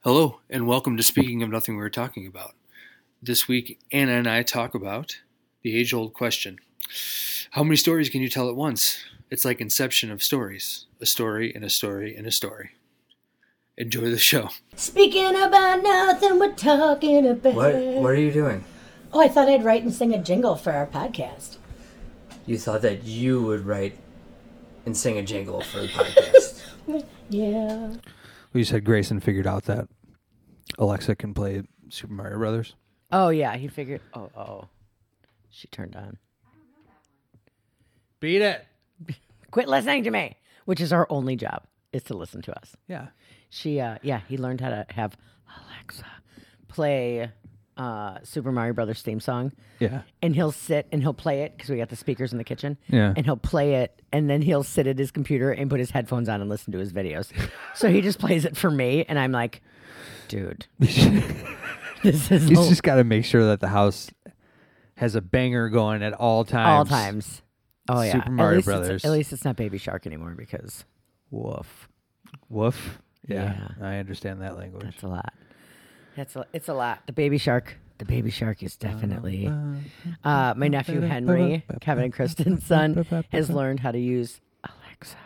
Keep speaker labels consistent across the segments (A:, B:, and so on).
A: Hello, and welcome to Speaking of Nothing We Were Talking About. This week, Anna and I talk about the age old question How many stories can you tell at once? It's like inception of stories a story and a story and a story. Enjoy the show.
B: Speaking about nothing, we're talking about.
C: What What are you doing?
B: Oh, I thought I'd write and sing a jingle for our podcast.
C: You thought that you would write and sing a jingle for the podcast.
B: Yeah.
D: We said Grayson figured out that Alexa can play Super Mario Brothers.
E: Oh yeah, he figured. Oh oh, she turned on.
D: Beat it.
E: Quit listening to me, which is our only job is to listen to us.
D: Yeah.
E: She uh yeah, he learned how to have Alexa play uh Super Mario Brothers theme song.
D: Yeah.
E: And he'll sit and he'll play it because we got the speakers in the kitchen.
D: Yeah.
E: And he'll play it and then he'll sit at his computer and put his headphones on and listen to his videos. so he just plays it for me and I'm like, dude, this is
D: He's
E: l-
D: just got to make sure that the house has a banger going at all times.
E: all times. Oh yeah,
D: Super Mario
E: at least
D: Brothers.
E: It's, at least it's not Baby Shark anymore because, woof,
D: Woof. Yeah,
E: Yeah.
D: I understand that language.
E: that's a lot. That's a, it's a lot. The Baby Shark. The Baby Shark is definitely. Uh, my nephew Henry, Kevin and Kristen's son, has learned how to use Alexa,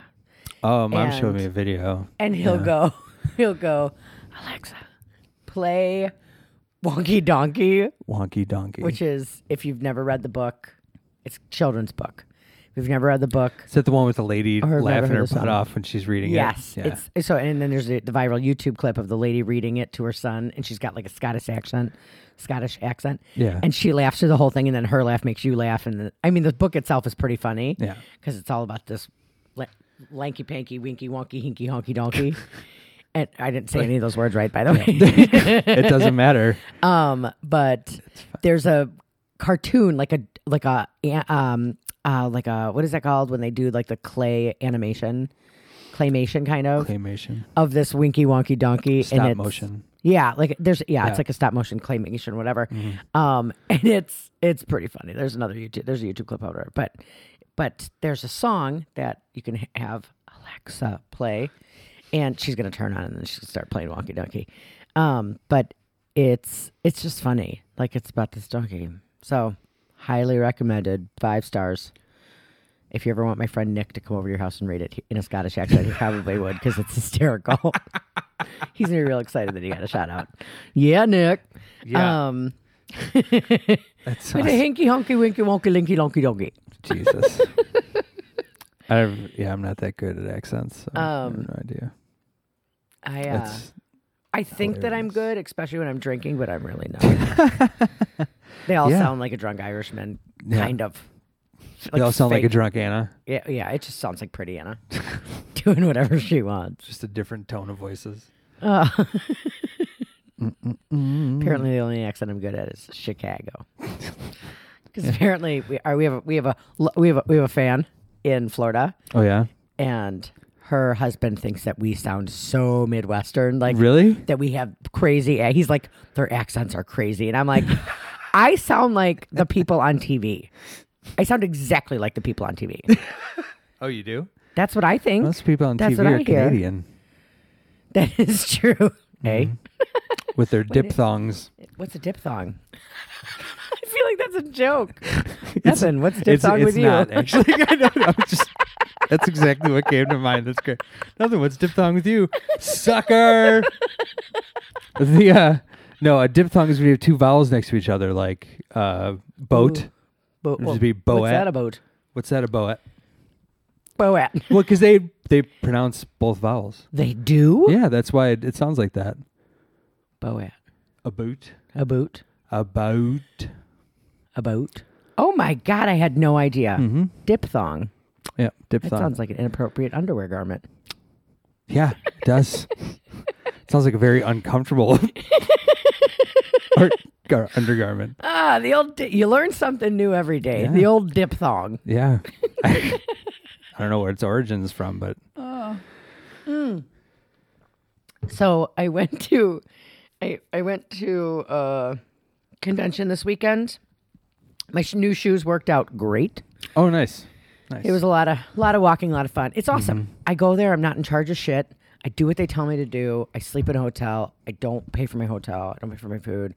D: Oh, mom showed
E: And-
D: me a video.
E: and he'll go, he'll go, Alexa, play Wonky Donkey
D: Wonky donkey.
E: which is if you've never read the book, it's a children's book. If you've never read the book,
D: is that the one with the lady
E: Or
D: laughing
E: whatever
D: her
E: the
D: butt
E: song.
D: off when she's reading
E: yes,
D: it?
E: it's so. And then there's the, the viral YouTube clip of the lady reading it to her son, and she's got like a Scottish accent, Scottish accent.
D: Yeah.
E: and she laughs through the whole thing, and then her laugh makes you laugh. And the, I mean, the book itself is pretty funny.
D: Yeah.
E: because it's all about this la- lanky panky winky wonky hinky honky donkey. and I didn't say any of those words right, by the way.
D: it doesn't matter.
E: Um, but there's a cartoon like a like a um uh like a what is that called when they do like the clay animation, claymation kind of
D: Claymation,
E: of this winky wonky donkey and
D: stop
E: it's-
D: motion.
E: Yeah, like there's yeah,
D: Yeah.
E: it's like a stop motion claymation whatever. Um, and it's it's pretty funny. There's another YouTube there's a YouTube clip out there, but but there's a song that you can ha- have Alexa play, and she's gonna turn on and then she'll start playing Wonky Donkey. Um, but it's it's just funny. Like it's about this donkey. So highly recommended. Five stars. If you ever want my friend Nick to come over to your house and read it in a Scottish accent, he probably would because it's hysterical. He's gonna be real excited that he got a shout out. Yeah, Nick.
D: Yeah.
E: Um,
D: That's
E: with a hinky honky winky wonky linky lonky donky.
D: Jesus. I've, yeah, I'm not that good at accents. So I have
E: Um,
D: no idea.
E: I uh,
D: That's-
E: I think that I'm
D: hilarious.
E: good, especially when I'm drinking, but I'm really not. they all
D: Yeah.
E: sound like a drunk Irishman,
D: Yeah.
E: kind of.
D: they all sound like a
E: fake-
D: drunk Anna.
E: Yeah, yeah. It just sounds like Pretty Anna doing whatever she wants.
D: Just a different tone of voices.
E: Uh,
D: Mm.
E: apparently, the only accent I'm good at is Chicago. Because apparently, we are we have a, we have a we have a, we have a fan in Florida,
D: Oh yeah,
E: and her husband thinks that we sound so Midwestern, like
D: really?
E: that we have crazy. He's like, their accents are crazy, and I'm like, I sound like the people on TV. I sound exactly like the people on TV.
D: Oh, you do?
E: That's what I think.
D: Most people on
E: That's
D: TV
E: what
D: are
E: I hear.
D: Canadian
E: That is true.
D: Mm-hmm.
E: Hey,
D: with their diphthongs.
E: what's a diphthong? I feel like that's a joke.
D: It's-
E: Nothing. What's
D: It's,
E: diphthong
D: it's
E: with
D: not
E: you?
D: actually. I know, no, I'm just, that's exactly what came to mind. That's great. Nothing. What's diphthong with you, sucker? the uh, no, a diphthong is when you have two vowels next to each other, like uh, boat.
E: Bo- oh,
D: This would be
E: What's
D: Boat.
E: that about?
D: What's that about?
E: Boat.
D: Well, because they they pronounce both vowels.
E: They do.
D: Yeah, that's why it, it sounds like that.
E: Boat.
D: A boot.
E: A boot.
D: A boat.
E: A boat. Oh my god! I had no idea. Diphthong.
D: Yeah,
E: That
D: diphthong.
E: sounds like an inappropriate underwear garment.
D: Yeah, it does. Sounds like a very uncomfortable or, gar- undergarment.
E: Ah, the old di- you learn something new every day. The old diphthong.
D: Yeah. I don't know where its origins from, but
E: So I went to, I I went to a convention this weekend. My sh- new shoes worked out great.
D: oh, nice, nice.
E: It was a lot of lot of walking, a lot of fun. It's awesome. I go there. I'm not in charge of shit. I do what they tell me to do. I sleep in a hotel. I don't pay for my hotel. I don't pay for my food.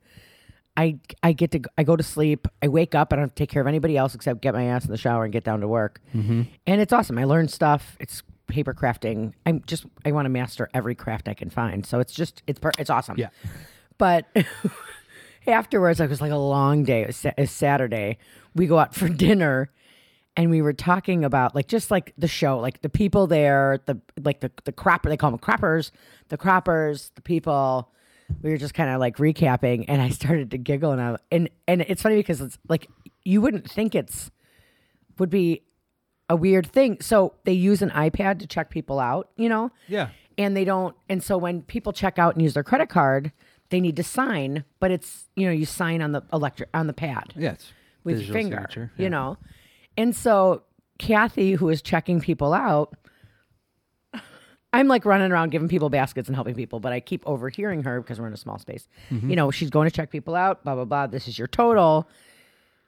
E: I I get to I go to sleep. I wake up. I don't have to take care of anybody else except get my ass in the shower and get down to work. And it's awesome. I learn stuff. It's paper crafting. I'm just I want to master every craft I can find. So it's just it's per- it's awesome.
D: Yeah.
E: But afterwards, it was like a long day. It was, Sa- it was Saturday. We go out for dinner, and we were talking about like just like the show, like the people there, the like the the cropper. They call them croppers, the croppers, the people. We were just kind of like recapping, and I started to giggle, and I and and it's funny because it's like you wouldn't think it's would be a weird thing. So they use an iPad to check people out, you know
D: Yeah.
E: and they don't and so when people check out and use their credit card they need to sign but it's you know you sign on the electric on the pad
D: Yeah. It's
E: with your
D: digital
E: finger
D: signature.
E: you know and so kathy who is checking people out i'm like running around giving people baskets and helping people but i keep overhearing her because we're in a small space
D: Mm-hmm.
E: you know she's going to check people out blah blah blah this is your total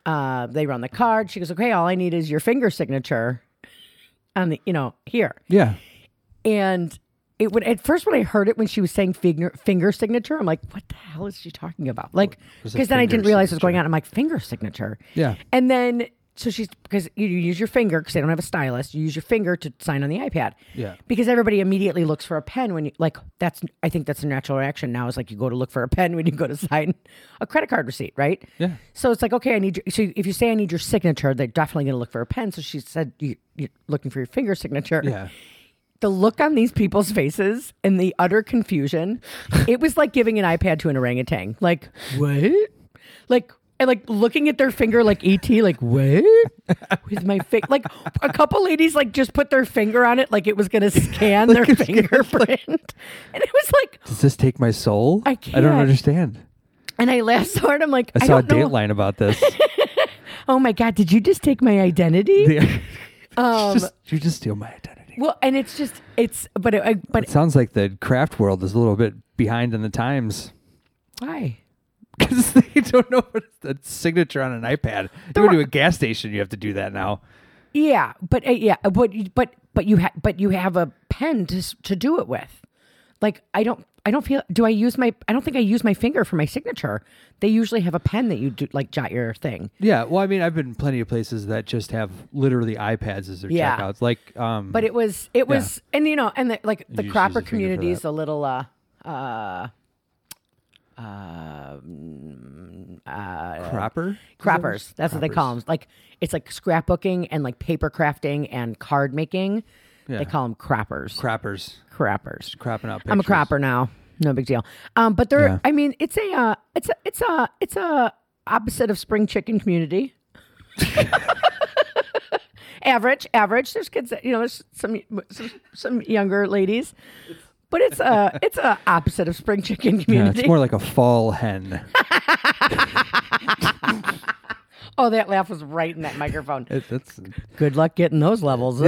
E: uh, they run the card she goes okay all i need is your finger signature on the you know here
D: Yeah.
E: and it would at first when I heard it when she was saying finger finger signature, I'm like, what the hell is she talking about? Like,
D: was a
E: because then I
D: finger
E: didn't realize what was
D: signature?
E: going on. I'm like, finger signature.
D: Yeah.
E: And then so she's because you, you use your finger because they don't have a stylus. You use your finger to sign on the iPad.
D: Yeah.
E: Because everybody immediately looks for a pen when you like that's I think that's a natural reaction now is like you go to look for a pen when you go to sign a credit card receipt, right?
D: Yeah.
E: So it's like okay, I need your, so if you say I need your signature, they're definitely going to look for a pen. So she said you, you're looking for your finger signature
D: Yeah.
E: the look on these people's faces and the utter confusion it was like giving an ipad to an orangutan like what like and like looking at their finger like et like what with my finger like a couple ladies like just put their finger on it like it was gonna scan their
D: it's gonna,
E: fingerprint and it was like
D: Does this take my soul?
E: I
D: I don't
E: can't.
D: understand.
E: and i laughed so hard i'm like
D: I
E: i,
D: saw a
E: don't know
D: Dateline about this.
E: oh my god did you just take my identity
D: The-
E: Um,
D: just, you just steal my identity.
E: well and it's just it's but it, I, but
D: It sounds like the craft world is a little bit behind in the times
E: why
D: because they don't know what a signature on an iPad. You go to a gas station, you have to do that now.
E: Yeah, but uh, yeah, but you- but but you have but you have a pen to s- to do it with. Like I don't I don't feel do I use my I don't think I use my finger for my signature. They usually have a pen that you do like jot your thing.
D: Yeah, well, I mean, I've been in plenty of places that just have literally iPads as their
E: Yeah.
D: checkouts. Like, um,
E: But it was it was and you know and the, like the
D: just
E: cropper
D: use a finger for
E: community is
D: that.
E: a little uh uh um, uh,
D: Cropper,
E: croppers. That's what they call them. Like it's like scrapbooking and like paper crafting and card making.
D: Yeah.
E: They call them croppers.
D: crappers,
E: crappers.
D: crapping out. Pictures.
E: I'm a cropper now. No big deal. Um, but there,
D: Yeah.
E: I mean, it's a, uh, it's a, it's a, it's a opposite of spring chicken community. average, average. There's kids that you know. There's some some, some younger ladies, but it's a, it's a opposite of spring chicken
D: Yeah,
E: community.
D: it's more like a fall hen.
E: oh, that laugh was right in that microphone.
D: It- that's
E: Good luck getting those levels.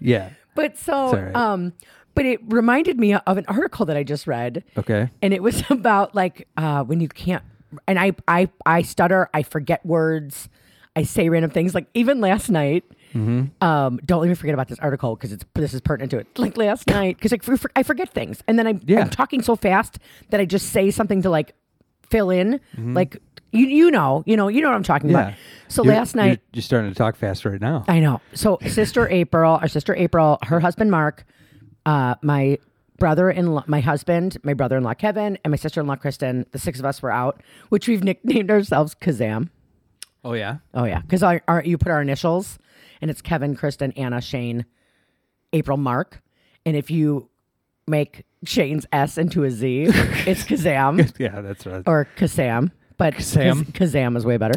D: yeah.
E: but so,
D: all right.
E: um, but it reminded me of an article that I just read.
D: Okay.
E: and it was about like uh, when you can't and I, I i stutter i forget words i say random things like even last night
D: Mm-hmm.
E: um, don't let me forget about this article because it's this is pertinent to it like last night because I, forget things and then I,
D: Yeah.
E: i'm talking so fast that i just say something to like fill in like you, you know you know you know what i'm talking
D: Mm-hmm. Yeah.
E: about so
D: You're-
E: last night
D: you're, you're starting to talk fast right now.
E: I know. So sister April, our sister April, her husband Mark, uh, my brother in law, my husband, my brother in law Kevin, and my sister in law Kristen. The six of us were out, which we've nicknamed ourselves Kazam.
D: oh yeah.
E: Oh yeah, because our, our you put our initials, and it's Kevin, Kristen, Anna, Shane, April, Mark, and if you make Shane's S into a Z, it's Kazam
D: Yeah, that's right.
E: or Kazam, but
D: Kazam.
E: Kaz- Kazam is way better.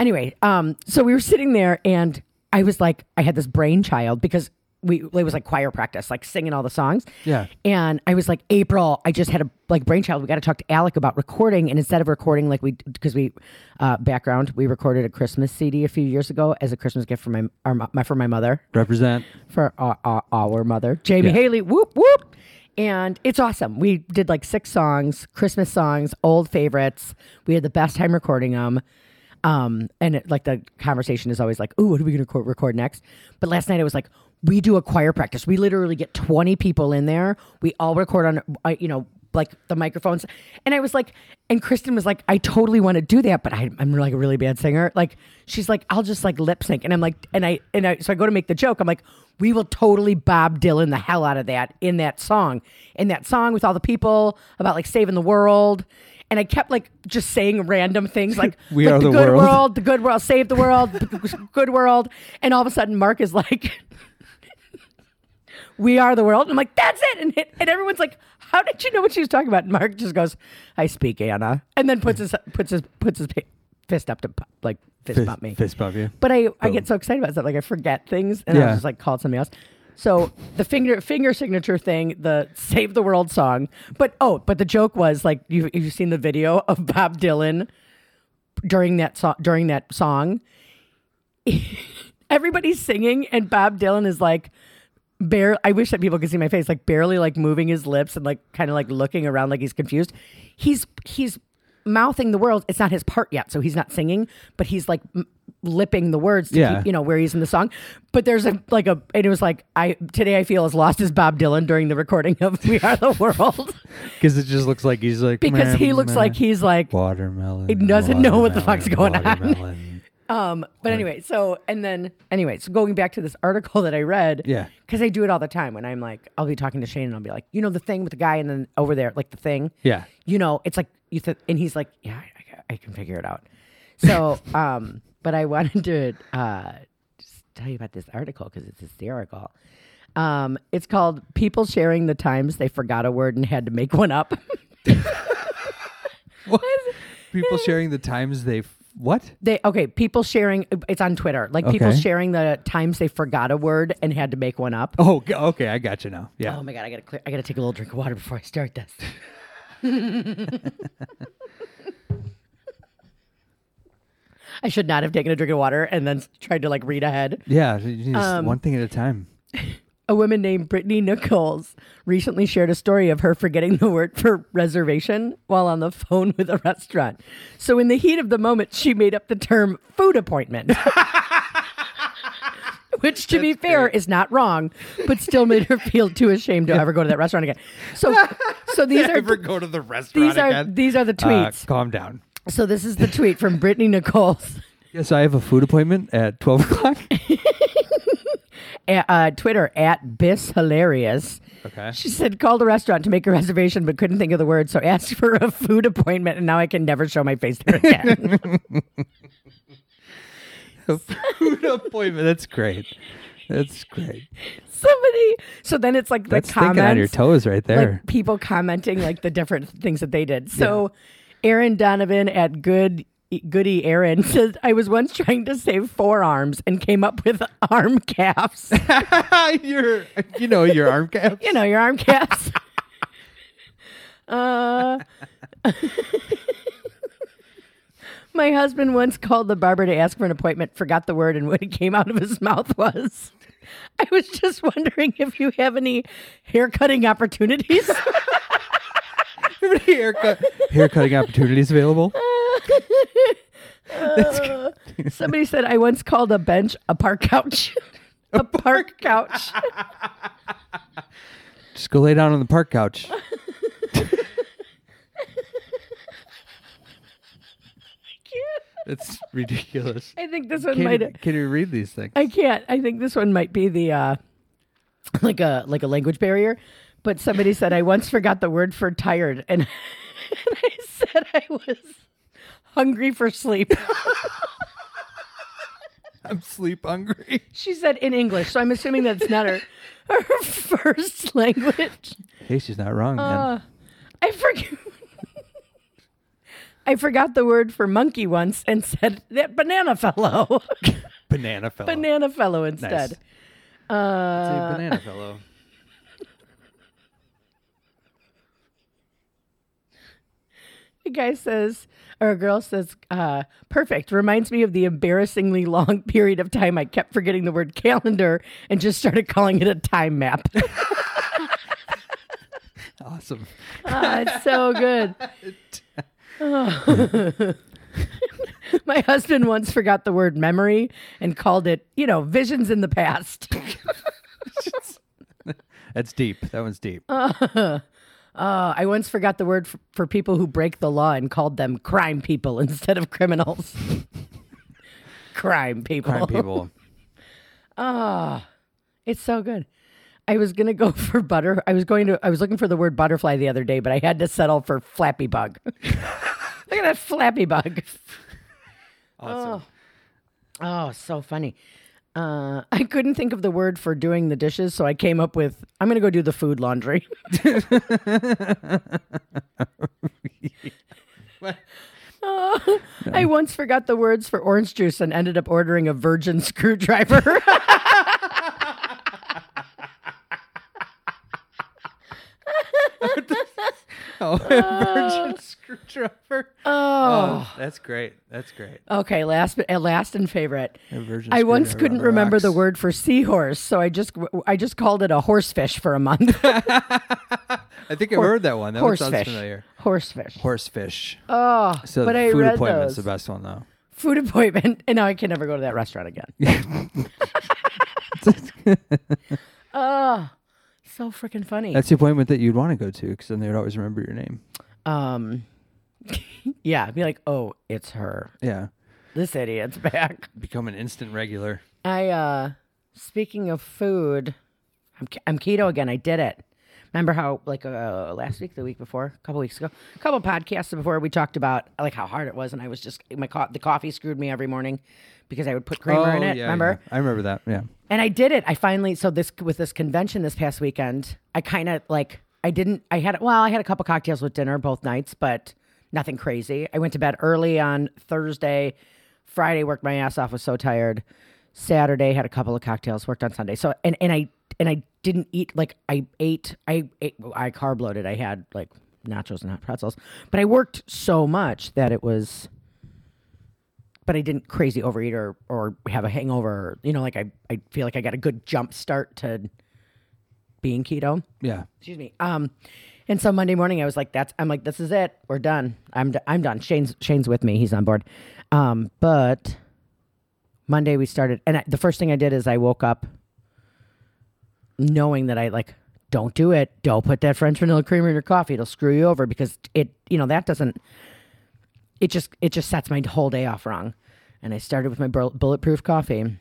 E: Anyway, um, so we were sitting there, and I was like, I had this brainchild because we it was like choir practice, like singing all the songs.
D: Yeah.
E: And I was like, April, I just had a like brainchild. We got to talk to Alec about recording, and instead of recording like we because we uh, background, we recorded a Christmas CD a few years ago as a Christmas gift for my, our, mo- my for my mother
D: Represent.
E: for our, our, our mother, Jamie
D: Yeah.
E: Haley. Whoop whoop. And it's awesome. We did like six songs, Christmas songs, old favorites. We had the best time recording them. Um, and it, like the conversation is always like, "Ooh, what are we going to record next?" But last night I was like, we do a choir practice. We literally get 20 people in there. We all record on, uh, you know, like the microphones. And I was like, and Kristen was like, I totally want to do that, but I, I'm like a really bad singer. Like, she's like, I'll just like lip sync. And I'm like, and I, and I, so I go to make the joke. I'm like, we will totally Bob Dylan the hell out of that in that song, in that song with all the people about like saving the world. And I kept like just saying random things like,
D: We
E: like
D: are
E: the,
D: the
E: good
D: world.
E: world, the good world, save the world, the good world. And all of a sudden, Mark is like, we are the world. And I'm like, that's it. And, it. and everyone's like, how did you know what she was talking about? And Mark just goes, I speak Anna, and then puts his puts his puts his pi- fist up to pu- like fist,
D: Fist,
E: bump me.
D: fist bump you.
E: But I, I get so excited about stuff, like I forget things, and I
D: Yeah.
E: was just like called something else. So the finger finger signature thing, the "Save the World" song, but oh, but the joke was like you you've seen the video of Bob Dylan during that song during that song. Everybody's singing, and Bob Dylan is like, bare I wish that people could see my face, like barely like moving his lips and like kind of like looking around like he's confused. He's he's mouthing the words. It's not his part yet, so he's not singing, but he's like m- lipping the words to
D: Yeah.
E: keep, you know, where he's in the song. But there's a like a and it was like I today I feel as lost as Bob Dylan during the recording of We Are the World
D: Because it just looks like he's like
E: because he looks like he's like
D: watermelon.
E: He doesn't know what the fuck's going on.
D: on.
E: Um, but anyway, so and then anyway, so going back to this article that I read,
D: Yeah.
E: because I do it all the time when I'm like, I'll be talking to Shane and I'll be like, you know, the thing with the guy and then over there, like the thing,
D: Yeah.
E: you know, it's like you th- and he's like, yeah, I- I, I can figure it out. So, um, but I wanted to uh, just tell you about this article because it's hysterical. Um, it's called "People Sharing the Times They Forgot a Word and Had to Make One Up."
D: People sharing the times they f- what?
E: They okay, people sharing it's on Twitter. Like people
D: Okay.
E: sharing the times they forgot a word and had to make one up.
D: Oh, g- okay, I got you now. Yeah.
E: Oh my god, I gotta clear, I gotta take a little drink of water before I start this. I should not have taken a drink of water and then tried to like read ahead.
D: yeah, you just
E: um,
D: one thing at a time.
E: A woman named Brittany Nichols recently shared a story of her forgetting the word for reservation while on the phone with a restaurant. So, in the heat of the moment, she made up the term food appointment. Which, to be fair, is not wrong, but still made her feel too ashamed to ever go to that restaurant again. So, so these are
D: Ever go to the restaurant
E: these are
D: again?
E: these are the
D: Uh,
E: tweets.
D: calm down.
E: So this is the tweet from Brittany Nichols.
D: Yes, I have a food appointment at twelve o'clock.
E: at, uh, Twitter at Bis Hilarious.
D: Okay.
E: She said called a restaurant to make a reservation, but couldn't think of the word, so asked for a food appointment, and now I can never show my face there again.
D: a food appointment. That's great. That's great.
E: Somebody. So then it's like the
D: That's
E: comments.
D: thinking on your toes right there.
E: Like people commenting like the different things that they did. So Aaron Donovan at Good Goody Aaron says, I was once trying to save forearms and came up with arm calves.
D: your, you know, your arm cap.
E: you know, your arm caps. uh, my husband once called the barber to ask for an appointment, forgot the word, and what it came out of his mouth was, I was just wondering if you have any haircutting opportunities.
D: Haircut, haircutting opportunities available.
E: Uh, Somebody said, I once called a bench a park couch. A park couch.
D: Just go lay down on the park couch. It's ridiculous.
E: I think this one
D: Can
E: might.
D: you, can you read these things?
E: I can't. I think this one might be the uh, like a like a language barrier. But somebody said I once forgot the word for tired, and, and I said I was hungry for sleep.
D: I'm sleep hungry.
E: She said in English, so I'm assuming that's not her her first language. Uh,
D: Hey, she's not wrong, man.
E: I forgot. I forgot the word for monkey once and said that banana fellow,
D: banana fellow.
E: banana fellow instead.
D: It's a
E: Uh,
D: banana fellow.
E: The guy says, or a girl says, uh, perfect. Reminds me of the embarrassingly long period of time I kept forgetting the word calendar and just started calling it a time map.
D: Awesome.
E: Ah, it's so good. Oh. My husband once forgot the word memory and called it, you know, visions in the past.
D: That's deep. That one's deep.
E: Oh. Uh, I once forgot the word for, for people who break the law and called them crime people instead of criminals. crime people.
D: Crime people.
E: It's so good. I was gonna go for butter. I was going to. I was looking for the word butterfly the other day, but I had to settle for flappy bug. Look at that flappy bug.
D: Awesome.
E: Oh, so funny. Uh, I couldn't think of the word for doing the dishes, so I came up with I'm gonna go do the food laundry. Oh, I once forgot the words for orange juice and ended up ordering a virgin screwdriver.
D: Oh, virgin screwdriver. Oh. that's great. That's great.
E: okay, last but uh, last and favorite.
D: A virgin
E: I once
D: screwdriver
E: couldn't
D: on
E: remember the
D: rocks.
E: word for seahorse, so I just I just called it a horsefish for a month.
D: I think I've heard that one. That one sounds
E: horsefish.
D: familiar.
E: Horsefish.
D: Horsefish. Oh, so
E: but
D: the
E: I
D: food
E: read
D: appointment's
E: those.
D: the best one though.
E: Food appointment, and now I can never go to that restaurant again. oh, Ah, so freaking funny.
D: That's the appointment that you'd want to go to because then they would always remember your name.
E: Um, yeah, be like, oh, it's her.
D: Yeah,
E: This idiot's back.
D: become an instant regular.
E: I uh speaking of food, I'm I'm keto again. I did it. Remember how like uh, last week, the week before, a couple weeks ago, a couple podcasts before we talked about like how hard it was, and I was just my co- the coffee screwed me every morning because I would put creamer in it.
D: Oh, yeah,
E: remember?
D: yeah. I remember that. Yeah.
E: And I did it. I finally so this with this convention this past weekend. I kind of like I didn't. I had well, I had a couple cocktails with dinner both nights, but nothing crazy. I went to bed early on Thursday. Friday worked my ass off. Was so tired. Saturday had a couple of cocktails. Worked on Sunday. So and and I and I didn't eat like I ate. I ate, I carb loaded. I had like nachos and hot pretzels, but I worked so much that it was but I didn't crazy overeat or or have a hangover. You know, like I I feel like I got a good jump start to being keto.
D: Yeah.
E: Excuse me. Um, and so Monday morning I was like, that's I'm like, this is it. We're done. I'm d- I'm done. Shane's Shane's with me. He's on board. Um, but Monday we started, and I, the first thing I did is I woke up knowing that I like. Don't do it. Don't put that French vanilla creamer in your coffee. It'll screw you over because it, you know, that doesn't it just it just sets my whole day off wrong. And I started with my bur- bulletproof coffee, and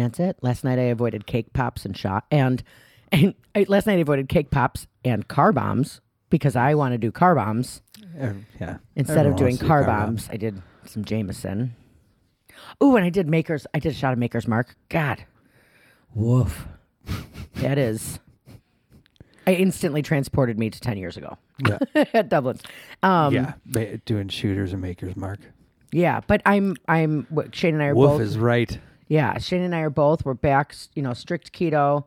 E: that's it. Last night I avoided cake pops and shot and and I, last night I avoided cake pops and car bombs because I want to do car bombs
D: Er, Yeah.
E: instead
D: Everyone
E: of doing
D: wants to do
E: car
D: bomb.
E: bombs. I did some Jameson. Ooh, and I did Maker's. I did a shot of Maker's Mark. God, woof. that is. I instantly transported me to ten years ago
D: Yeah.
E: at Dublin's. Um,
D: yeah. Ma- Doing shooters and makers mark.
E: Yeah, but I'm I'm what Shane and I are
D: Wolf
E: both
D: is right.
E: yeah Shane and I are both we're back s- you know strict keto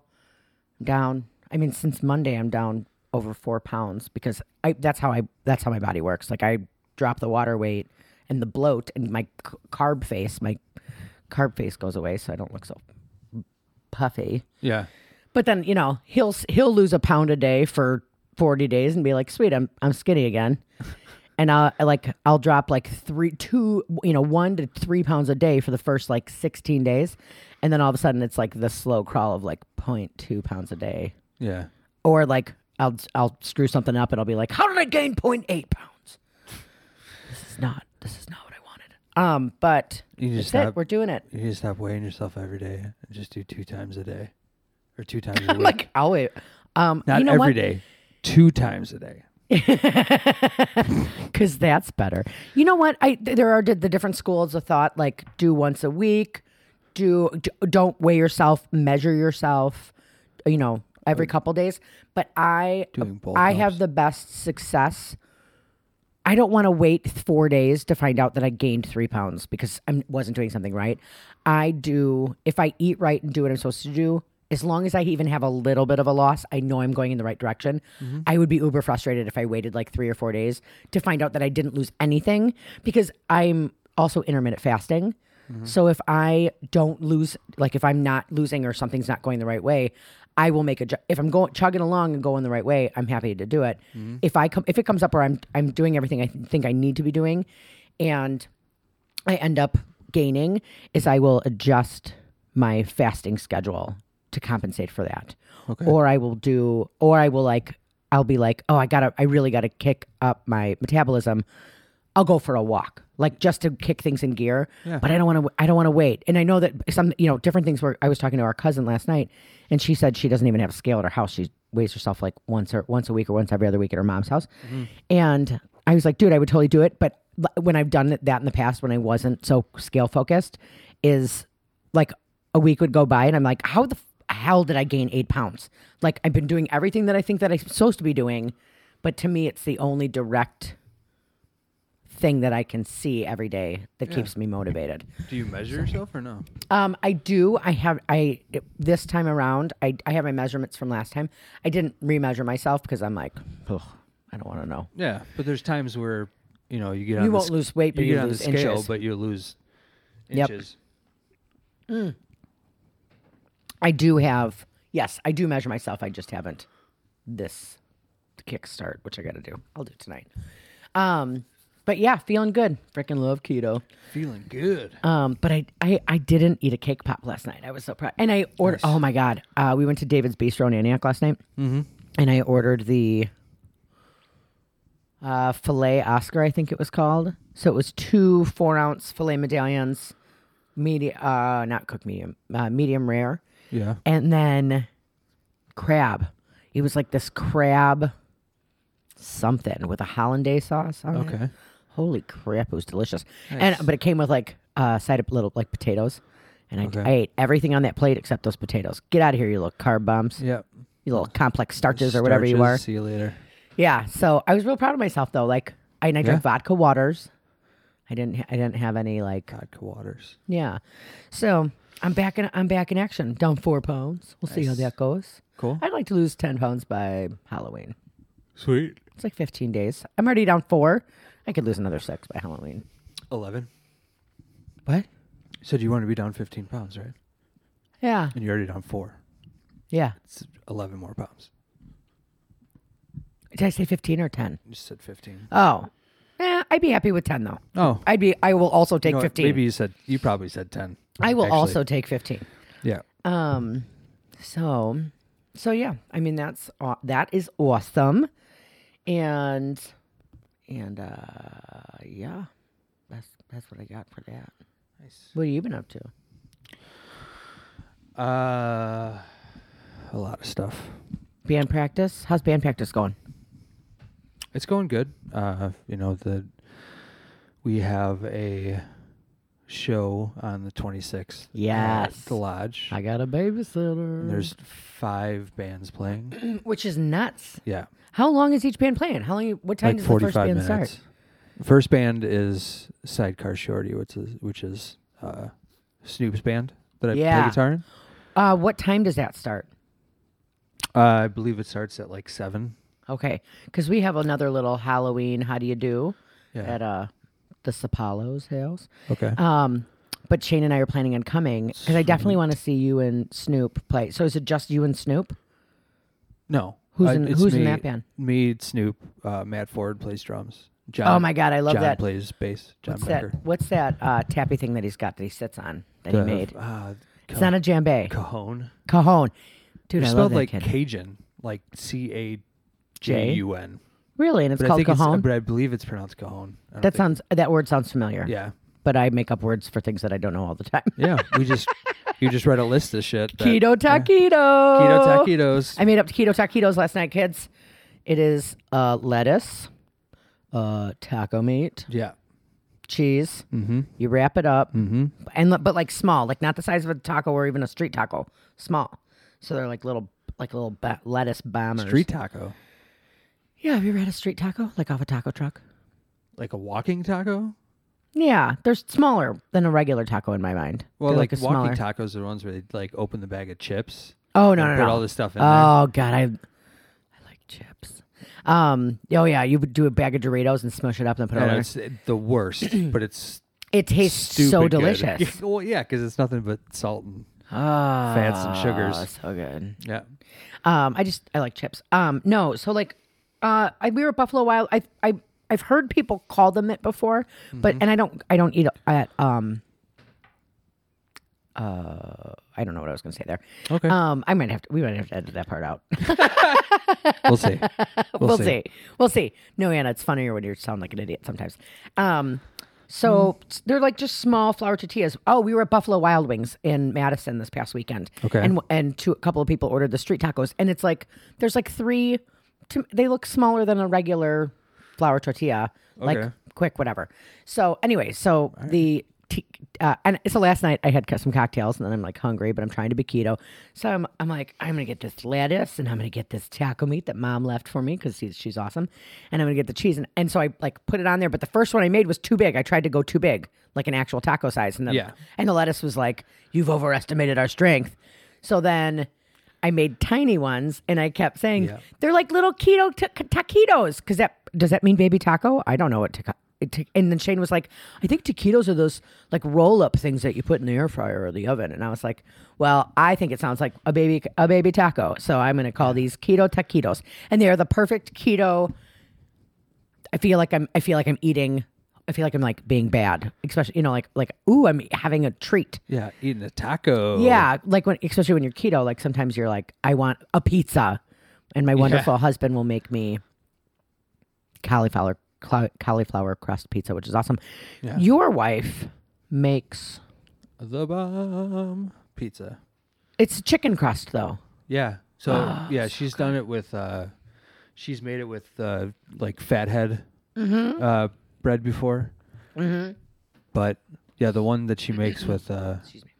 E: down. I mean since Monday I'm down over four pounds because I that's how I that's how my body works. Like I drop the water weight and the bloat and my c- carb face my carb face goes away so I don't look so puffy.
D: Yeah.
E: But then you know he'll s- he'll lose a pound a day for forty days and be like, "Sweet, I'm I'm skinny again," and uh, I like I'll drop like three two you know one to three pounds a day for the first like sixteen days, and then all of a sudden it's like the slow crawl of like 0.2 pounds a day,
D: Yeah.
E: or like I'll I'll screw something up and I'll be like, "How did I gain 0.8 pounds?" This is not this is not what I wanted. Um, but
D: You
E: that's
D: just
E: it.
D: have-
E: We're doing it.
D: You need to stop weighing yourself every day and just do two times a day or two times a week.
E: Like I'll wait. Um,
D: Not
E: you know
D: every
E: what?
D: day, two times a day.
E: because that's better. You know what? I th- there are d- the different schools of thought. Like do once a week, do d- don't weigh yourself, measure yourself. You know, every couple days. But I
D: Doing both
E: I
D: arms.
E: have the best success. I don't want to wait four days to find out that I gained three pounds because I wasn't doing something right. I do if I eat right and do what I'm supposed to do. As long as I even have a little bit of a loss, I know I'm going in the right direction. I would be uber frustrated if I waited like three or four days to find out that I didn't lose anything because I'm also intermittent fasting. So if I don't lose, like if I'm not losing or something's not going the right way, I will make a. ju- If I'm going chugging along and going the right way, I'm happy to do it. If I come, if it comes up where I'm I'm doing everything I think I need to be doing, and I end up gaining, is I will adjust my fasting schedule to compensate for that.
F: Okay.
E: Or I will do, or I will like, I'll be like, oh, I gotta, I really gotta kick up my metabolism. I'll go for a walk, like just to kick things in gear. But I don't want to. I don't want to wait. And I know that some, you know, different things. Where I was talking to our cousin last night, and she said she doesn't even have a scale at her house. She weighs herself like once or once a week or once every other week at her mom's house. And I was like, dude, I would totally do it. But l- when I've done that in the past, when I wasn't so scale focused, is like a week would go by and I'm like, how the f- hell did I gain eight pounds? Like I've been doing everything that I think that I'm supposed to be doing, but to me, it's the only direct thing that I can see every day that keeps me motivated.
D: Do you measure yourself or no?
E: Um, I do. I have. I this time around, I I have my measurements from last time. I didn't remeasure myself because I'm like, ugh, I don't want to know.
D: Yeah, but there's times where you know you get on
E: You
D: the
E: won't
D: sc-
E: lose weight, but you
D: get on the
E: lose
D: scale,
E: inches.
D: but you lose
E: Yep.
D: inches.
E: I do have. Yes, I do measure myself. I just haven't this kickstart, which I got to do. I'll do tonight. Um, but yeah, feeling good. Freaking love keto.
D: Feeling good.
E: Um, but I, I I didn't eat a cake pop last night. I was so proud. And I ordered. Oh my god. Uh, we went to David's Bistro in Antioch last night, mm-hmm. and I ordered the uh, filet Oscar, I think it was called. So it was two four ounce filet medallions, medium, uh, not cooked medium, uh, medium rare,
F: Yeah.
E: and then crab. It was like this crab something with a hollandaise sauce. on it.
F: Okay.
E: Holy crap, it was delicious. And but it came with like a side of little like potatoes. And I, I ate everything on that plate except those potatoes. Get out of here, you little carb bombs.
F: Yeah.
E: You little complex starches or whatever you are.
F: See you later.
E: Yeah. So I was real proud of myself though. Like I, and I drank vodka waters. I didn't ha- I didn't have any like
F: Vodka waters.
E: yeah. So I'm back in I'm back in action. Down four pounds. We'll see how that goes.
F: Cool.
E: I'd like to lose ten pounds by Halloween.
F: Sweet.
E: It's like fifteen days. I'm already down four. I could lose another six by Halloween.
D: Eleven.
E: What?
D: You said you wanted to be down 15 pounds, right?
E: Yeah.
D: And you're already down four.
E: Yeah.
D: It's 11 more pounds.
E: Did I say 15 or 10?
D: You just said 15.
E: Oh. Eh, I'd be happy with 10 though.
D: Oh,
E: I'd be I will also take
D: you know what?
E: 15.
D: Maybe you said you probably said 10.
E: I will
D: actually.
E: also take 15.
D: Yeah.
E: Um so so yeah, I mean that's aw- that is awesome. And and uh yeah. That's that's what I got for that. Nice. What have you been up to?
D: Uh, a lot of stuff.
E: Band practice? How's band practice going?
D: It's going good. Uh, you know the we have a show on the 26th. at
E: Yes.
D: the lodge.
E: I got a babysitter.
D: And there's five bands playing.
E: which is nuts.
D: yeah,
E: How long is each band playing? How long what time
D: like
E: does the
D: 45
E: first band
D: minutes.
E: start?
D: First band is Sidecar Shorty, which is which is uh, Snoop's band that I
E: Yeah.
D: play guitar in.
E: Uh, what time does that start?
D: Uh, I believe it starts at like seven.
E: Okay, because we have another little Halloween. How do you do?
D: Yeah.
E: At uh, the Sapalo's house.
D: Okay.
E: Um, but Shane and I are planning on coming because I definitely want to see you and Snoop play. So is it just you and Snoop?
D: no.
E: who's
D: Uh,
E: in-
D: it's
E: who's in
D: me-
E: that band?
D: Me, Snoop, uh, Matt Ford plays drums. John,
E: Oh my God, I love
D: John
E: that.
D: plays bass. John
E: What's
D: Becker.
E: that? What's that uh, tappy thing that he's got that he sits on that
D: The,
E: he made?
D: Uh,
E: It's not a djembe.
D: cajon.
E: Cajon. Dude, I
D: It's
E: love
D: spelled
E: that
D: like
E: kid.
D: Cajun, like C A J U N.
E: really, and it's
D: But I
E: called
D: think it's-
E: cajon.
D: but I believe it's pronounced cajon. I
E: that
D: don't think-
E: sounds. That word sounds familiar.
D: Yeah.
E: But I make up words for things that I don't know all the time.
D: Yeah, we just you just read a list of shit. that-
E: Keto taquito.
D: Keto taquitos.
E: I made up keto taquitos last night, kids. It is uh, lettuce, uh, taco meat,
D: yeah,
E: cheese. Mm-hmm. You wrap it up, mm-hmm. and li- but like small, like not the size of a taco or even a street taco, small. So they're like little, like little ba- lettuce bombers.
D: street taco,
E: Yeah, have you ever had a street taco, like off a taco truck?
D: like a walking taco.
E: Yeah, they're smaller than a regular taco in my mind.
D: Well,
E: They're
D: like,
E: a smaller.
D: walking tacos are the ones where they like open the bag of chips.
E: Oh no,
D: and
E: no,
D: put
E: no.
D: all this stuff in
E: Oh god, I I like chips. Um. Oh yeah, you would do a bag of Doritos and smush it up and put
D: there.
E: it
D: And
E: on.
D: it's the worst, but it's
E: It tastes
D: stupid
E: so
D: good.
E: delicious.
D: Yeah, well, yeah, because it's nothing but salt and
E: Ah,
D: fats and sugars.
E: so good.
D: Yeah,
E: Um, I just I like chips. Um, no, so like, uh, I, we were at Buffalo Wild. I I I've heard people
D: Mm-hmm.
E: call them it before, but and I don't I don't eat at um uh, I don't know what I was going to say there.
D: Okay.
E: Um, I might have to. We might have to edit that part out.
D: We'll see.
E: we'll,
D: see.
E: see. We'll see. No, Anna, it's funnier when you sound like an idiot sometimes. Um, so
D: Hmm.
E: s- they're like just small flower tortillas. Oh, we were at Buffalo Wild Wings in Madison this past weekend.
D: Okay.
E: and and two, a couple of people ordered the street tacos, and it's like there's like three. To, they look smaller than a regular flour tortilla,
D: Okay.
E: like quick whatever. So anyway, so the. T- uh, and so last night I had co- some cocktails and then I'm like hungry, but I'm trying to be keto. So I'm, I'm like, I'm going to get this lettuce and I'm going to get this taco meat that mom left for me because she's, she's awesome. And I'm going to get the cheese. And, and so I like put it on there. But the first one I made was too big. I tried to go too big, like an actual taco size. And the,
D: Yeah.
E: and the lettuce was like, you've overestimated our strength. So then I made tiny ones and I kept saying,
D: Yeah.
E: they're like little keto ta- taquitos. Because that, does that mean baby taco? I don't know what taco. it ta- And then Shane was like, I think taquitos are those like roll up things that you put in the air fryer or the oven. And I was like, well, I think it sounds like a baby, a baby taco. So I'm going to call these keto taquitos. And they are the perfect keto. I feel like I'm I feel like I'm eating I feel like I'm like being bad, especially you know like like ooh I'm having a treat.
D: Yeah, eating a taco.
E: Yeah, like when especially when you're keto, like sometimes you're like I want a pizza, and my wonderful husband will make me cauliflower cla- cauliflower crust pizza, which is awesome. Your wife makes
D: The bomb pizza.
E: it's chicken crust though.
D: Yeah. So
E: Oh,
D: yeah, she's done it with. uh She's made it with uh like fathead
E: Mm-hmm.
D: uh, bread before. Mm-hmm. But yeah, the one that she makes with. uh
E: Excuse me.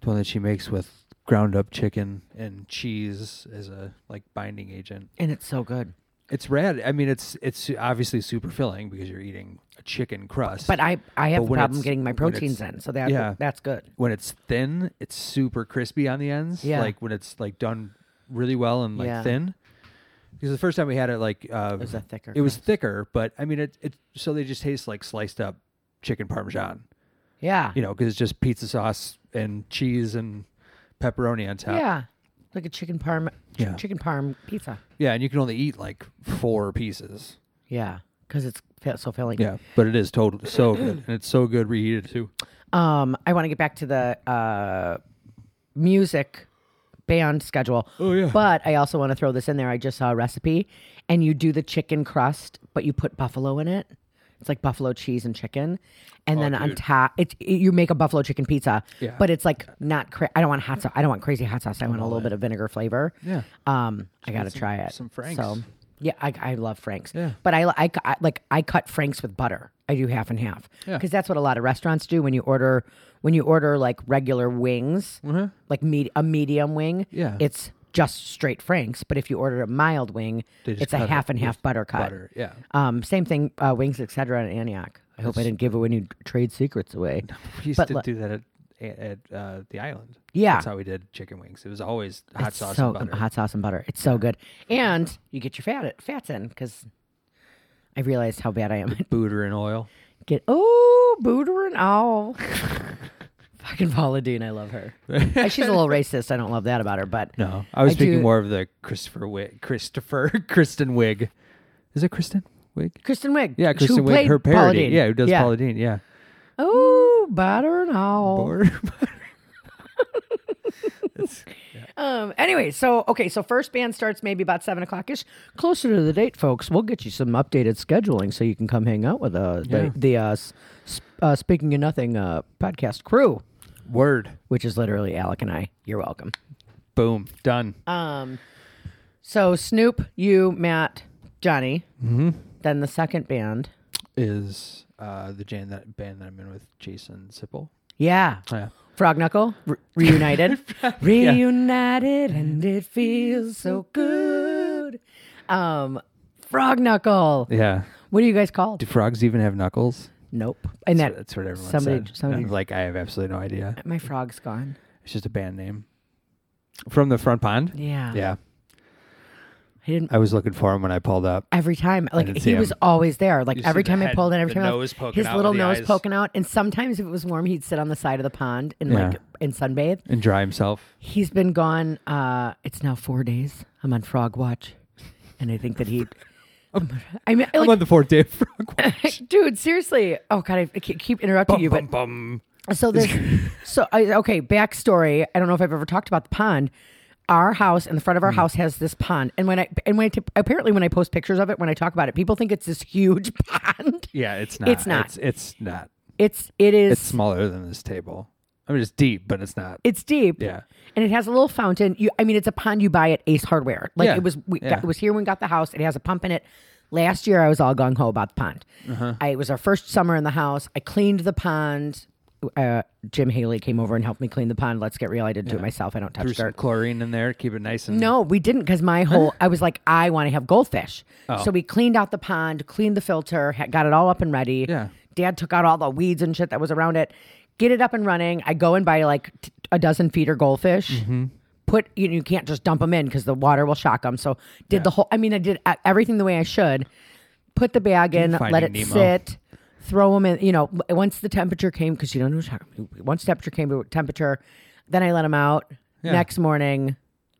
D: The one that she makes with ground up chicken and cheese as a like binding agent.
E: And it's so good.
D: It's rad. I mean, it's it's obviously super filling because you're eating a chicken crust.
E: But I I have
D: But
E: a
D: when
E: problem
D: it's-
E: getting my
D: when it's-
E: proteins in, so that
D: yeah.
E: that's good.
D: when it's thin, it's super crispy on the ends.
E: Yeah.
D: Like when it's like done really well and like
E: Yeah.
D: thin. Because the first time we had it, like uh, it
E: was a thicker
D: It was
E: crust.
D: thicker, but I mean, it, it. So they just taste like sliced up chicken parmesan.
E: Yeah.
D: You know, because it's just pizza sauce and cheese and pepperoni on top.
E: Yeah. Like a chicken parm, ch-
D: Yeah.
E: chicken parm pizza.
D: Yeah, and you can only eat like four pieces.
E: Yeah, because it's fi- so filling.
D: Yeah, but it is totally so good, and it's so good reheated too.
E: Um, I want to get back to the uh, music band schedule.
D: Oh, yeah.
E: But I also want to throw this in there. I just saw a recipe, and you do the chicken crust, but you put buffalo in it. It's like buffalo cheese and chicken, and then on top, it's it, you make a buffalo chicken pizza.
D: Oh, Yeah.
E: But it's like not. Cra- I don't want hot sauce. I don't want crazy hot sauce. I want a little bit of vinegar flavor.
D: Yeah.
E: Um, I gotta try it.
D: some Frank's.
E: So, yeah, I, I love Frank's.
D: Yeah.
E: But I, li- I, cu- I- like I cut Frank's with butter. I do half and half
D: Yeah.
E: because that's what a lot of restaurants do when you order when you order like regular wings, like med- a medium wing.
D: Mm-hmm. Yeah.
E: It's just straight Frank's, but if you order a mild wing,
D: They just
E: it's a
D: cut it
E: half and half butter cut.
D: Butter, yeah.
E: Um, same thing, uh, wings, etc. in Antioch. I hope I didn't give away any trade secrets away.
D: We used
E: But
D: to
E: le-
D: do that at at uh, the island.
E: Yeah.
D: that's how we did chicken wings. It was always hot
E: It's
D: sauce
E: so,
D: and butter.
E: Hot sauce and butter. It's so good, and you get your fat fats in because I realized how bad I am. at
D: Butter and oil.
E: Get oh, Booter and owl. Fucking Paula Dean, I love her. Uh, She's a little racist. I don't love that about her, but
D: No, I was speaking
E: do-
D: more of the Christopher Wig, Christopher Kristen Wig. Is it Kristen Wig?
E: Kristen Wiig. she-
D: Yeah,
E: who
D: Kristen Wig.
E: played
D: Her
E: Paula
D: parody.
E: Deen.
D: Yeah, who does Paula Deen? Yeah.
E: Oh, butter and owl.
D: Or-
E: Um, anyway, so okay, so first band starts maybe about seven o'clock ish. Closer to the date, folks. We'll get you some updated scheduling so you can come hang out with uh,
D: Yeah.
E: the the uh, s- uh, speaking of nothing uh, podcast crew,
D: Word.
E: which is literally Alec and I. You're welcome.
D: Boom. Done.
E: Um, so Snoop, you, Matt, Johnny. Then the second band.
D: Is uh, the jam that band that I'm in with Jason Sipple.
E: Yeah.
D: Yeah.
E: Frog Knuckle, re- reunited. reunited, and it feels so good. Um, Frog Knuckle.
D: Yeah.
E: What are you guys called?
D: Do frogs even have knuckles?
E: nope. And that,
D: That's, what- that's what everyone
E: somebody-
D: said.
E: somebody-
D: I'm like I have absolutely no idea.
E: my frog's gone.
D: It's just a band name from the front pond.
E: Yeah.
D: Yeah.
E: I didn't.
D: I was looking for him when I pulled up.
E: Every time, like
D: didn't
E: he
D: see
E: was
D: him.
E: always there. Like
D: You see
E: every
D: the
E: time I
D: head-
E: pulled in, every
D: the
E: time I
D: nose poking
E: his
D: out
E: little
D: with the
E: nose
D: eyes.
E: poking out, and sometimes if it was warm, he'd sit on the side of the pond and
D: Yeah.
E: like and sunbathe.
D: and dry himself.
E: He's been gone. Uh, it's now four days. I'm on frog watch, and I think that he. I mean, like,
D: I'm on the fourth day of frog watch.
E: dude, seriously. Oh god, I I keep keep interrupting you, but
D: bum.
E: So this, so I, okay. Backstory: I don't know if I've ever talked about the pond. Our house in the front of our
D: Mm.
E: house has this pond, and when I and when I tip- apparently when I post pictures of it, when I talk about it, people think it's this huge pond.
D: Yeah, it's not.
E: It's not.
D: It's, it's not.
E: It's it is
D: It's smaller than this table. I mean, it's deep, but it's not.
E: It's deep.
D: Yeah.
E: And it has a little fountain. You, I mean, it's a pond you buy at Ace Hardware. Like
D: Yeah.
E: it was, we
D: Yeah.
E: got, it was here when we got the house. It has a pump in it. Last year, I was all gung ho about the pond.
D: Uh-huh.
E: I, it was our first summer in the house. I cleaned the pond. Uh, Jim Haley came over and helped me clean the pond. Let's get real. I didn't do it myself. I don't touch
D: Threw
E: dirt.
D: some chlorine in there to keep it nice and
E: No, we didn't because my whole I was like, I want to have goldfish. So we cleaned out the pond, cleaned the filter, ha- got it all up and ready.
D: Yeah.
E: Dad took out all the weeds and shit that was around it. Get it up and running. I go and buy like t- a dozen feeder goldfish. Put you, know, you can't just dump them in because the water will shock them. So did the whole. I mean, I did uh, everything the way I should. Put the bag in, let it
D: Finding Nemo.
E: sit. Throw them in, you know. w- Once the temperature came, because you don't know. what- Once temperature came to temperature, then I let them out. Next morning,